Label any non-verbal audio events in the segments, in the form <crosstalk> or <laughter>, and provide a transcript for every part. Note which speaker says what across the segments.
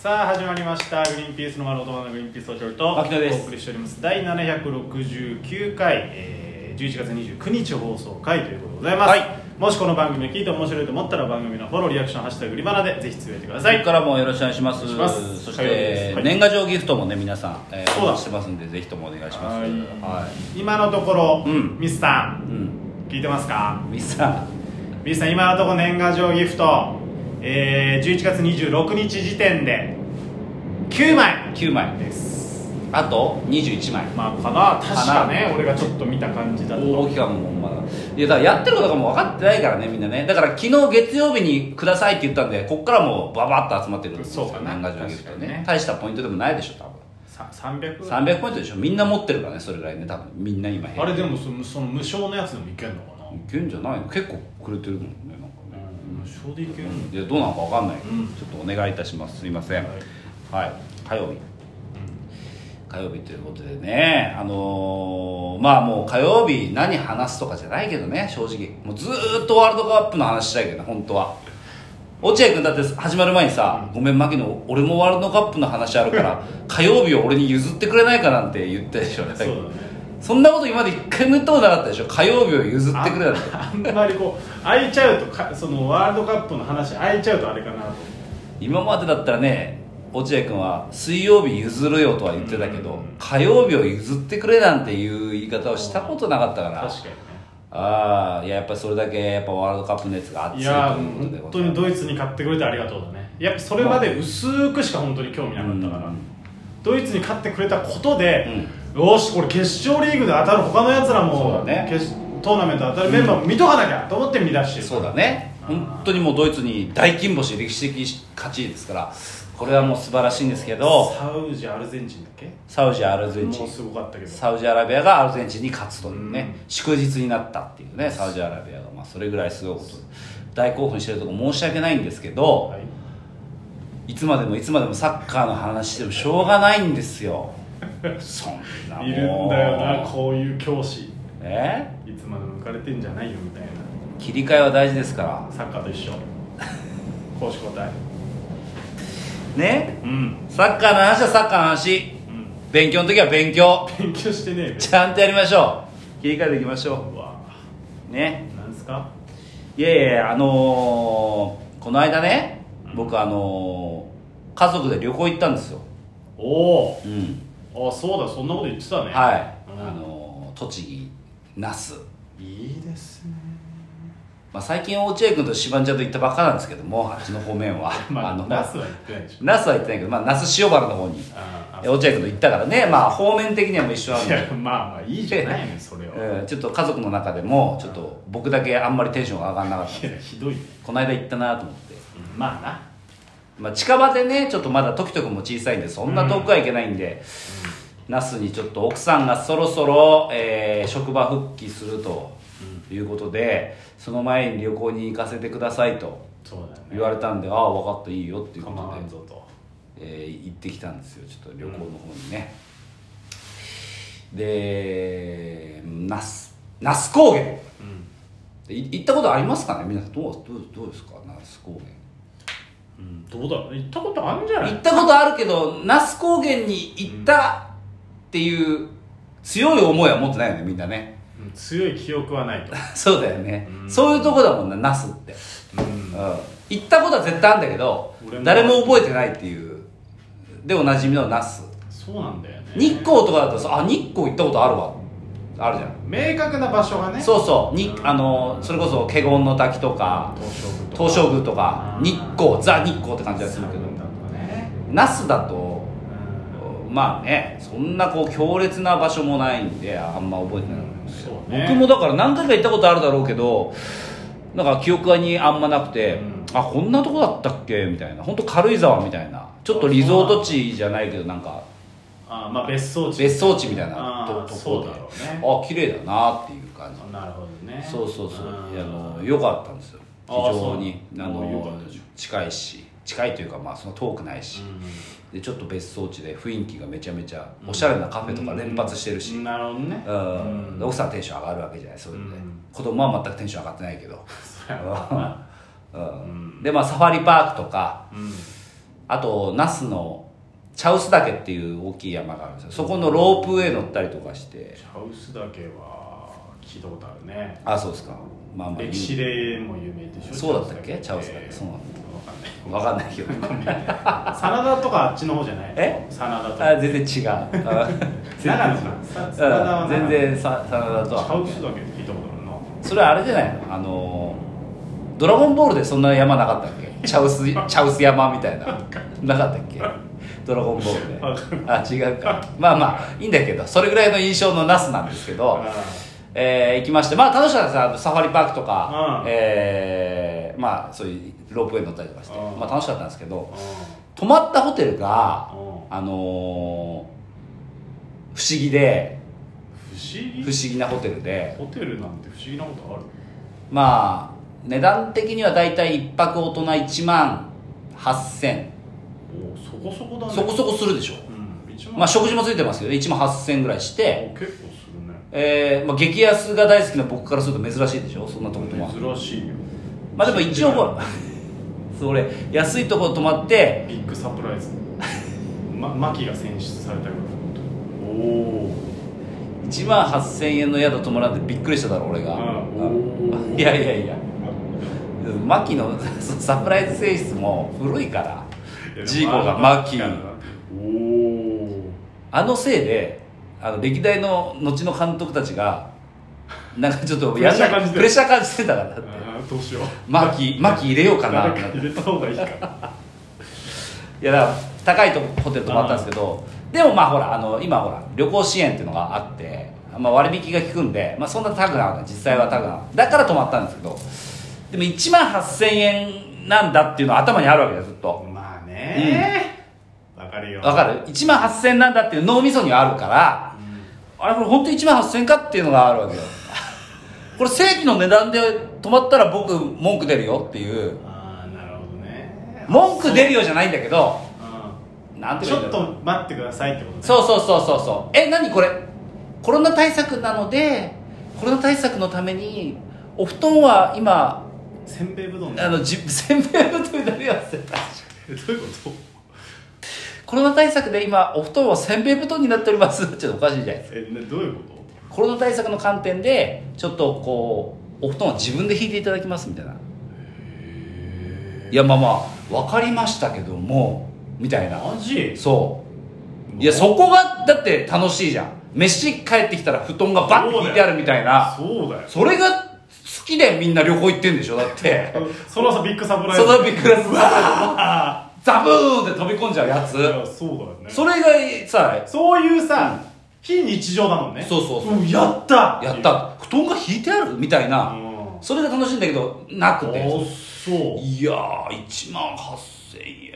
Speaker 1: さあ始まりました「グリーンピースの丸男のグリーンピース総長と」
Speaker 2: 牧野です
Speaker 1: お送りしております第769回、えー、11月29日放送回ということでございます、
Speaker 2: はい
Speaker 1: もしこの番組を聞いて面白いと思ったら番組のフォローリアクション「ハッシュタググリバナ」でぜひつぶやいてくださ
Speaker 2: はい、
Speaker 1: い
Speaker 2: からもよろしくお願いします
Speaker 1: お願いします
Speaker 2: そし
Speaker 1: 火曜日です
Speaker 2: て、
Speaker 1: はい
Speaker 2: 年賀状ギフトもね皆さん、えー、
Speaker 1: そうだ
Speaker 2: お待ちしてますんでぜひともお願いします
Speaker 1: は
Speaker 2: はいい、
Speaker 1: 今のところ、
Speaker 2: うん
Speaker 1: ミスさん
Speaker 2: うん
Speaker 1: 聞いてますか
Speaker 2: ミスさ
Speaker 1: ミスさん今のところ年賀状ギフト、えー、11月26日時点で9枚
Speaker 2: ん9枚
Speaker 1: です
Speaker 2: あと21枚
Speaker 1: まあかな確か
Speaker 2: か
Speaker 1: ね俺がちょっと見た感じだと
Speaker 2: 大きかもまだいやだからやってることがもう分かってないからねみんなねだから昨日月曜日にくださいって言ったんでこっからもうババッと集まってるんですよ
Speaker 1: そうかな
Speaker 2: 年賀状ギフト
Speaker 1: 確かに
Speaker 2: ね
Speaker 1: ね
Speaker 2: 大したポイントでもないでしょ多分
Speaker 1: さ300
Speaker 2: 300ポイントでしょみんな持ってるからねそれぐらいね多分みんな今
Speaker 1: あれでもそのその無償のやつでもいけるのかな、
Speaker 2: いけんじゃないの結構くれてるもんねなんかね
Speaker 1: 無償でいけるの、
Speaker 2: いやどうなのかわかんないけど、
Speaker 1: うん
Speaker 2: ちょっとお願いいたしますすいません
Speaker 1: は
Speaker 2: はいい、火曜日火曜日ということでねあのーまあもう火曜日何話すとかじゃないけどね正直もうずーっとワールドカップの話したいけどね本当は落合君だって始まる前にさ「ごめん牧野俺もワールドカップの話あるから火曜日を俺に譲ってくれないか」なんて言ったでしょ
Speaker 1: そうだね
Speaker 2: そんなこと今まで一回も言ったことなかったでしょ火曜日を譲ってくれなんて
Speaker 1: ああんまりこう開いちゃうとかそのワールドカップの話開いちゃうとあれかなと
Speaker 2: 今までだったらね落合君は水曜日譲るよとは言ってたけど、
Speaker 1: うん
Speaker 2: 火曜日を譲ってくれなんていう言い方をしたことなかったから
Speaker 1: 確かにね
Speaker 2: ああいややっぱそれだけやっぱワールドカップ熱が熱
Speaker 1: い
Speaker 2: い
Speaker 1: や
Speaker 2: ということで
Speaker 1: 本
Speaker 2: ござ
Speaker 1: 当
Speaker 2: い
Speaker 1: に
Speaker 2: ます
Speaker 1: ドイツに勝ってくれてありがとうだねやっぱそれまで薄くしか本当に興味なかったから、
Speaker 2: うん
Speaker 1: ドイツに勝ってくれたことで、よしこれ決勝リーグで当たる他のやつらも、
Speaker 2: そうだね
Speaker 1: 決トーナメント当たるメンバーも見とかなきゃと思って見出してる
Speaker 2: そうだね
Speaker 1: あー
Speaker 2: 本当にもうドイツに大金星歴史的勝ちですからこれはもう素晴らしいんですけど
Speaker 1: サウジアルゼンチンだっけ
Speaker 2: サウジアルゼンチ
Speaker 1: も
Speaker 2: ン
Speaker 1: うすごかったけど
Speaker 2: サウジアラビアがアルゼンチンに勝つというね、
Speaker 1: う
Speaker 2: 祝日になったっていうねサウジアラビアが、まあ、それぐらいすごいことで大興奮してるとこ申し訳ないんですけど、
Speaker 1: はい
Speaker 2: いつまでもいつまでもサッカーの話してもしょうがないんですよそんなもう
Speaker 1: いるんだよなこういう教師い
Speaker 2: え
Speaker 1: つまでも浮かれてんじゃないよみたいな
Speaker 2: 切り替えは大事ですから
Speaker 1: サッカーと一緒攻守交代
Speaker 2: ね
Speaker 1: うん
Speaker 2: サッカーの話はサッカーの話
Speaker 1: うん
Speaker 2: 勉強の時は勉強
Speaker 1: 勉強してねえべ
Speaker 2: ちゃんとやりましょう切り替えていきましょ
Speaker 1: うわ
Speaker 2: うね
Speaker 1: なんですか
Speaker 2: いやいやいやあのーこの間ね僕あのー家族で旅行行ったんですよ
Speaker 1: お
Speaker 2: うん
Speaker 1: おあそうだそんなこと言ってたね
Speaker 2: はい、
Speaker 1: うん
Speaker 2: あのー栃木那須
Speaker 1: いいですね
Speaker 2: まあ、最近落合君とシバンちゃんと行ったばっかなんですけどもあっちの方面は
Speaker 1: <laughs> まあ
Speaker 2: の
Speaker 1: ナスは言ってないでしょ
Speaker 2: 那須は行ってないけど、まあ、那須塩原の方に
Speaker 1: あ
Speaker 2: え落合君と行ったからねまあ方面的にはもう一緒なん
Speaker 1: い
Speaker 2: で、
Speaker 1: やまあまあいいじゃないのそれは
Speaker 2: うん、ちょっと家族の中でもちょっと僕だけあんまりテンションが上がんなかったん
Speaker 1: い
Speaker 2: で
Speaker 1: やひどいね
Speaker 2: この間行ったなと思って、
Speaker 1: まあな
Speaker 2: まあ、近場でねちょっとまだ時と君も小さいんでそんな遠くは行けないんで、那須にちょっと奥さんがそろそろ、えー職場復帰するということでその前に旅行に行かせてくださいと。
Speaker 1: そうだよね
Speaker 2: 言われたんで、ああ分かったいいよっていうこ
Speaker 1: 構わん
Speaker 2: と
Speaker 1: ぞと
Speaker 2: で、えー行ってきたんですよちょっと旅行の方にね、で那須那須高原
Speaker 1: うん
Speaker 2: でい行ったことありますかね皆さんどうどうどうですか那須高
Speaker 1: うんどうだろう行ったことあるんじゃない
Speaker 2: 原行ったことあるけど那須高原に行ったっていう強い思いは持ってないよねみんなね <laughs>
Speaker 1: うん強い記憶はないと
Speaker 2: そうだよね、
Speaker 1: うん
Speaker 2: そういうとこだもんな那須って、
Speaker 1: うん
Speaker 2: うん、行ったことは絶対あるんだけど
Speaker 1: 俺も
Speaker 2: 誰も覚えてないっていうでおなじみの那須
Speaker 1: そうなんだよね
Speaker 2: 日光とかだとさあ日光行ったことあるわあるじゃん、
Speaker 1: 明確な場所がねう
Speaker 2: そうそうに
Speaker 1: うん
Speaker 2: あのそれこそ華厳の滝とか
Speaker 1: 東照宮とか
Speaker 2: 東照宮とか
Speaker 1: うん
Speaker 2: 日光ザ日光って感じがするけど
Speaker 1: 三軍だとかね
Speaker 2: 那須だと
Speaker 1: うん
Speaker 2: まあねそんなこう強烈な場所もないんであんま覚えてない、
Speaker 1: そうね
Speaker 2: 僕もだから何回か行ったことあるだろうけどなんか記憶にあんまなくて、
Speaker 1: うん
Speaker 2: あこんなとこだったっけみたいな本当軽井沢みたいなちょっとリゾート地じゃないけどなんか
Speaker 1: あまあ別荘地
Speaker 2: 別荘地みたいな
Speaker 1: あ
Speaker 2: と
Speaker 1: ー
Speaker 2: と
Speaker 1: そ
Speaker 2: こ
Speaker 1: う
Speaker 2: で
Speaker 1: だろうね
Speaker 2: あ綺麗だなっていう感じ
Speaker 1: なるほどね
Speaker 2: そうそうそう
Speaker 1: うん
Speaker 2: いやあの良かったんですよ非
Speaker 1: あー
Speaker 2: 常に
Speaker 1: そう
Speaker 2: あ
Speaker 1: 良か
Speaker 2: の
Speaker 1: ったでしょ
Speaker 2: 近いし近いというかまあその遠くないし、
Speaker 1: う
Speaker 2: でちょっと別荘地で雰囲気がめちゃめちゃおしゃれなカフェとか連発してるし、
Speaker 1: んなるほどね
Speaker 2: うん
Speaker 1: うん
Speaker 2: 奥さんテンション上がるわけじゃないそういうので、
Speaker 1: うん
Speaker 2: 子供は全くテンション上がっ
Speaker 1: <laughs>
Speaker 2: てないけど、
Speaker 1: そうやろうな
Speaker 2: うん
Speaker 1: うん
Speaker 2: でまあサファリパークとか
Speaker 1: うん
Speaker 2: ああと那須の茶臼岳っていう大きい山があるんですよそこのロープウェイ乗ったりとかして
Speaker 1: 茶臼だけは聞いたことあるね
Speaker 2: あそうですかまあまあ
Speaker 1: 歴史でも有名でしょ
Speaker 2: そうだったっけ
Speaker 1: 茶臼
Speaker 2: 茶臼岳そうなんだ
Speaker 1: わ
Speaker 2: 分かん
Speaker 1: <laughs>
Speaker 2: ないけど
Speaker 1: かんない真田とかあっちの方じゃない
Speaker 2: え
Speaker 1: 真田と
Speaker 2: あ
Speaker 1: か
Speaker 2: 全然違うあ
Speaker 1: 長野か
Speaker 2: うん
Speaker 1: 真田は
Speaker 2: 全
Speaker 1: 長野
Speaker 2: 然さ真田と
Speaker 1: 茶
Speaker 2: は
Speaker 1: 臼だけって聞いたことあるな
Speaker 2: それはあれじゃないのあのドラゴンボールでそんな山なかったっけ茶
Speaker 1: <laughs>
Speaker 2: 臼茶臼山みたいななかったっけドラゴンボール
Speaker 1: わか
Speaker 2: であ違うかまあまあいいんだけどそれぐらいの印象のナスなんですけど、えー行きましてまあ楽しかったですあのサファリパークとか、
Speaker 1: うん
Speaker 2: えーまあそういうロープウェイ乗ったりとかして、
Speaker 1: うん
Speaker 2: まあ楽しかったんですけど
Speaker 1: うん
Speaker 2: 泊まったホテルが
Speaker 1: うん
Speaker 2: あのー不思議で
Speaker 1: 不思議
Speaker 2: 不思議なホテルで
Speaker 1: ホテルなんて不思議なことある
Speaker 2: まあ値段的にはだいたい1泊大人1万8000
Speaker 1: おそこそこだね
Speaker 2: そこそこするでしょ
Speaker 1: うん一万
Speaker 2: まあ食事もついてますけど1万8000ぐらいして、
Speaker 1: お結構するね
Speaker 2: えーまあ、激安が大好きな僕からすると珍しいでしょそんなとこ泊ま
Speaker 1: 珍
Speaker 2: る
Speaker 1: しいよ
Speaker 2: まあでも一応ほら <laughs> それ安いとこ泊まって
Speaker 1: ビッグサプ
Speaker 2: <laughs>
Speaker 1: ライズまマキが選出されたぐらいのことおお
Speaker 2: 1万8000円の宿泊まらんでびっくりしただろ俺が
Speaker 1: ああ
Speaker 2: <laughs> うんいやいやいやマキの <laughs> そのサプライズ性質も古いからジーコがマキ
Speaker 1: おお
Speaker 2: あのせいであの歴代の後の監督たちがなんかちょっとやんな
Speaker 1: プ
Speaker 2: <laughs> いプレ
Speaker 1: レッ
Speaker 2: ッシャー感じてたからだって
Speaker 1: あーどうしよう
Speaker 2: マキマキ入れようかな
Speaker 1: 誰か入れた方がいいか
Speaker 2: いやだから高いとこホテル泊まったんですけどでもまあほらあの今ほら旅行支援っていうのがあって、まあ、割引が効くんで、まあ、そんな高くなかった実際は高くなかっただから泊まったんですけどでも1万8000円なんだっていうのは頭にあるわけだよずっと
Speaker 1: まあねわかるよ
Speaker 2: わかる1万8000円なんだっていう脳みそにはあるからあれこれ本当に1万8000円かっていうのがあるわけよこれ正規の値段で泊まったら僕文句出るよっていう
Speaker 1: ああなるほどね
Speaker 2: 文句出るよじゃないんだけどな
Speaker 1: う
Speaker 2: ん
Speaker 1: ん
Speaker 2: て
Speaker 1: ち
Speaker 2: 言
Speaker 1: ょ
Speaker 2: うんだろ
Speaker 1: っ
Speaker 2: う
Speaker 1: と待ってくださいってことね
Speaker 2: そうそうそうそうそうえ何これコロナ対策なのでコロナ対策のためにお布団は今
Speaker 1: せんべいぶどんだ
Speaker 2: あのじ <laughs> せんべい布団になります
Speaker 1: えどういうこと
Speaker 2: コロナ対策で今お布団はせんべい布団になっておりますちょっとおかしいじゃないですか
Speaker 1: えねどういうこと
Speaker 2: コロナ対策の観点でちょっとこうお布団は自分で引いていただきますみたいないやまあまあ分かりましたけどもみたいな
Speaker 1: マジ
Speaker 2: そういやそこがだって楽しいじゃん飯帰ってきたら布団がバッて引いてあるみたいな
Speaker 1: そうだよ
Speaker 2: それが好きでみんな旅行行ってんでしょだ <laughs> って
Speaker 1: そろそろビッグサプライズ
Speaker 2: そのビッグラス
Speaker 1: あ
Speaker 2: ザブーンって飛び込んじゃうや
Speaker 1: あい
Speaker 2: つ
Speaker 1: やそうだよね
Speaker 2: それがさ
Speaker 1: そういうさ非日常だもんね
Speaker 2: そうそうそうん
Speaker 1: やった
Speaker 2: やった布団が引いてあるみたい
Speaker 1: うん
Speaker 2: な
Speaker 1: あ
Speaker 2: それが楽しいんだけどなくて
Speaker 1: そ
Speaker 2: いやー1万8000円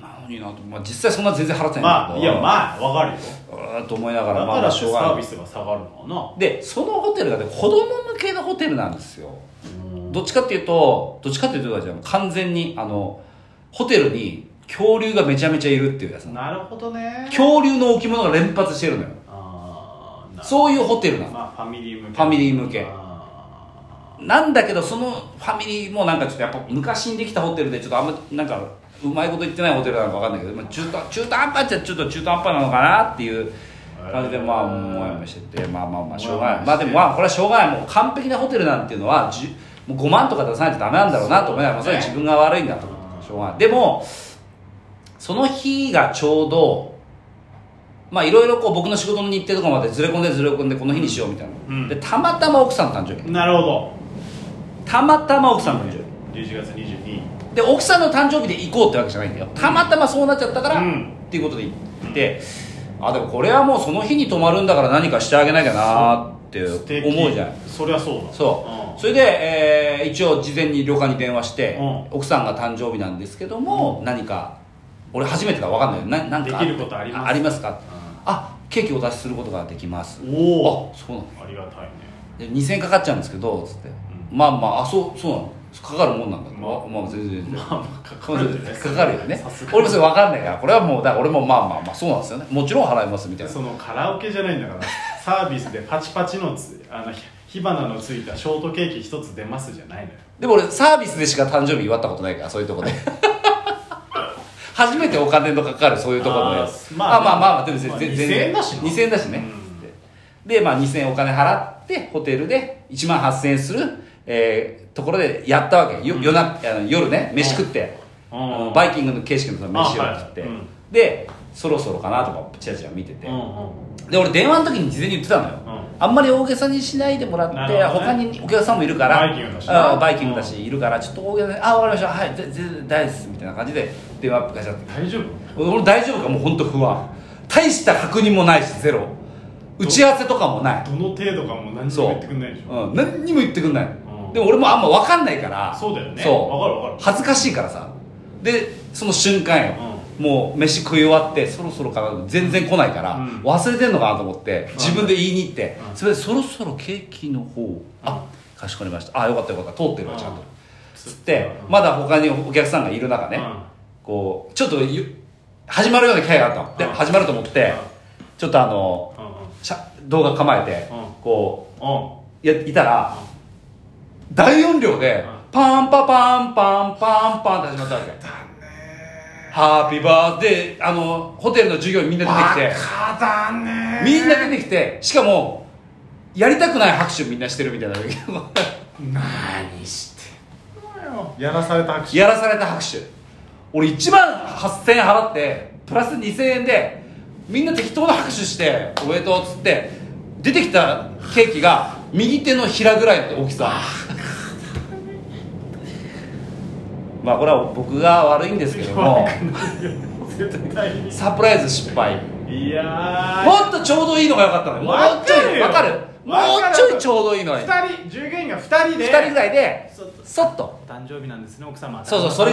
Speaker 2: なのになと、まあ、実際そんな全然払って
Speaker 1: う
Speaker 2: ないん
Speaker 1: ま
Speaker 2: だ
Speaker 1: あ
Speaker 2: け
Speaker 1: い
Speaker 2: ど
Speaker 1: やまあわかるよ
Speaker 2: うーんと思いなが
Speaker 1: だから
Speaker 2: まあま
Speaker 1: ら
Speaker 2: あ
Speaker 1: サ
Speaker 2: しょうが
Speaker 1: ー
Speaker 2: な
Speaker 1: ビ
Speaker 2: い
Speaker 1: スが下がるの
Speaker 2: でそのホテルがね子供向けのホテルなんですよ
Speaker 1: かな
Speaker 2: どっちかっていうとどっちかっていうとじゃあ完全にあのホテルに恐竜がめちゃめちゃいるっていうやつなの
Speaker 1: なるほどね
Speaker 2: 恐竜の置物が連発してるのよ
Speaker 1: ああな
Speaker 2: そういうホテルなの
Speaker 1: まあファミリー向け
Speaker 2: ファミリー向け
Speaker 1: あ
Speaker 2: なんだけどそのファミリーもなんかちょっとやっぱ昔にできたホテルでちょっとあんまなんかうまいこと言ってないホテルなのか分かんないけど、まあ、中途中途半端っちゃちょっと中途半端なのかなっていう感じで
Speaker 1: へー
Speaker 2: まあもやもやしててまあまあまあしょう
Speaker 1: も
Speaker 2: が
Speaker 1: やもやし
Speaker 2: な
Speaker 1: て
Speaker 2: いまあでもまあこれはしょうがないもう完璧なホテルなんていうのはじゅもう5万とか出さないとダメなんだろうなと思いながらまあそ
Speaker 1: そうだね
Speaker 2: れは自分が悪いんだとしょうがないでもその日がちょうどまあいろいろこう僕の仕事の日程とかまでずれ込んでずれ込んでこの日にしようみたいな、
Speaker 1: うん
Speaker 2: でたまたま奥さんの誕生日
Speaker 1: ーなるほど
Speaker 2: たまたま奥さんの誕生日
Speaker 1: 11月22日
Speaker 2: で奥さんの誕生日で行こうってわけじゃないんだよたまたまそうなっちゃったから、
Speaker 1: うん
Speaker 2: っていうことで行って、あでもこれはもうその日に泊まるんだから何かしてあげなきゃなー
Speaker 1: 素
Speaker 2: って
Speaker 1: 敵
Speaker 2: 思うじゃん
Speaker 1: そりゃそうだ
Speaker 2: そう、
Speaker 1: ん
Speaker 2: それで、えー一応事前に旅館に電話して、
Speaker 1: うん
Speaker 2: 奥さんが誕生日なんですけども、何か俺初めてだ分かんないよななんか
Speaker 1: できることあります
Speaker 2: ありますかあケーキお出しすることができますあ
Speaker 1: おお
Speaker 2: そうなの
Speaker 1: ありがたいね
Speaker 2: で2000円かかっちゃうんですけどつって、
Speaker 1: う
Speaker 2: まあまああそうそうなのかかるもんなんだ、
Speaker 1: ま
Speaker 2: まあ、まあ全然全然
Speaker 1: まあまあか
Speaker 2: か
Speaker 1: か
Speaker 2: か
Speaker 1: る
Speaker 2: る
Speaker 1: んじゃ <laughs> ない
Speaker 2: <laughs> かかるよね
Speaker 1: さすが
Speaker 2: 俺もそれ分かんないからこれはもうだから俺もまあまあまあそうなんですよねもちろん払いますみたいな
Speaker 1: そのカラオケじゃないんだからサービスでパチパチのつあのひ火花のついたショートケーキ一つ出ますじゃないのよ
Speaker 2: でも俺サービスでしか誕生日祝ったことないからそういうとこで <laughs> 初めてお金のかかるそういうところのやつ
Speaker 1: あー
Speaker 2: ま
Speaker 1: ま
Speaker 2: あ
Speaker 1: あ
Speaker 2: まあまあまあでも全
Speaker 1: まあ
Speaker 2: 然
Speaker 1: 2000円だしな
Speaker 2: 2000円だしね、で、まあ、2000円お金払ってホテルで1万8000円する、えーところでやったわけよ、
Speaker 1: うん
Speaker 2: 夜なあの夜ね飯食って、
Speaker 1: うん
Speaker 2: あのバイキングの景色の飯を
Speaker 1: あはい
Speaker 2: 食って、
Speaker 1: うん
Speaker 2: でそろそろかなとかチラチラ見てて、
Speaker 1: うんうん
Speaker 2: で俺電話の時に事前に言ってたのよ、
Speaker 1: う
Speaker 2: あんまり大げさにしないでもらって、
Speaker 1: なるほどね
Speaker 2: 他にお客さんもいるから
Speaker 1: バイキングだしね
Speaker 2: あーバイキングだし、いるからちょっと大げさに「あ分かりましたはい全然大丈夫です」みたいな感じで電話アップガチャって
Speaker 1: 大丈夫
Speaker 2: 俺大丈夫かもう本当不安大した確認もないしゼロ打ち合わせとかもない
Speaker 1: どの程度かもう何に
Speaker 2: そう
Speaker 1: も言ってくんないでしょ
Speaker 2: うん、何にも言ってくんない、
Speaker 1: うん
Speaker 2: でも俺もあんま分かんないから
Speaker 1: そうだよね
Speaker 2: そう
Speaker 1: わかるわかる
Speaker 2: 恥ずかしいからさでその瞬間よ、もう飯食い終わってそろそろかな全然来ないから、
Speaker 1: うん
Speaker 2: 忘れてんのかなと思って
Speaker 1: ん
Speaker 2: 自分で言いに行って、
Speaker 1: うん
Speaker 2: それでそろそろケーキの方、あかしこまりましたあよかったよかった通ってるわちゃん
Speaker 1: う
Speaker 2: と、
Speaker 1: ん
Speaker 2: つって、
Speaker 1: うん
Speaker 2: まだ他にお客さんがいる中ね、
Speaker 1: うん
Speaker 2: こうちょっとゆ始まるような機会があったので、
Speaker 1: うん
Speaker 2: 始まると思って、
Speaker 1: うん
Speaker 2: ちょっとあの
Speaker 1: うんうん
Speaker 2: しゃ動画構えて、
Speaker 1: うん
Speaker 2: こ
Speaker 1: うん
Speaker 2: うやいたら、大音量で、
Speaker 1: うん
Speaker 2: パンパパンパンパンパンって始まったわけハッピーバースデーあのホテルの授業にみんな出てきて
Speaker 1: カだね
Speaker 2: みんな出てきてしかもやりたくない拍手みんなしてるみたいな
Speaker 1: 何してんのよやらされた拍手
Speaker 2: やらされた拍手俺1万8000円払ってプラス2000円でみんな適当な拍手しておめでとうっつって出てきたケーキが右手のひらぐらいの大きさまあこれは僕が悪いんですけども
Speaker 1: 絶対に
Speaker 2: サプライズ失敗
Speaker 1: いや
Speaker 2: もっとちょうどいいのが良かったのよもうちょいわ
Speaker 1: わ
Speaker 2: か
Speaker 1: か
Speaker 2: る
Speaker 1: るよ
Speaker 2: もうちょいちょうどいいの
Speaker 1: ー
Speaker 2: よ
Speaker 1: 2人従業員が2人で
Speaker 2: 2人ぐらいで
Speaker 1: ちょっと
Speaker 2: そっと
Speaker 1: 誕生日なんですね奥様
Speaker 2: そうそうそれ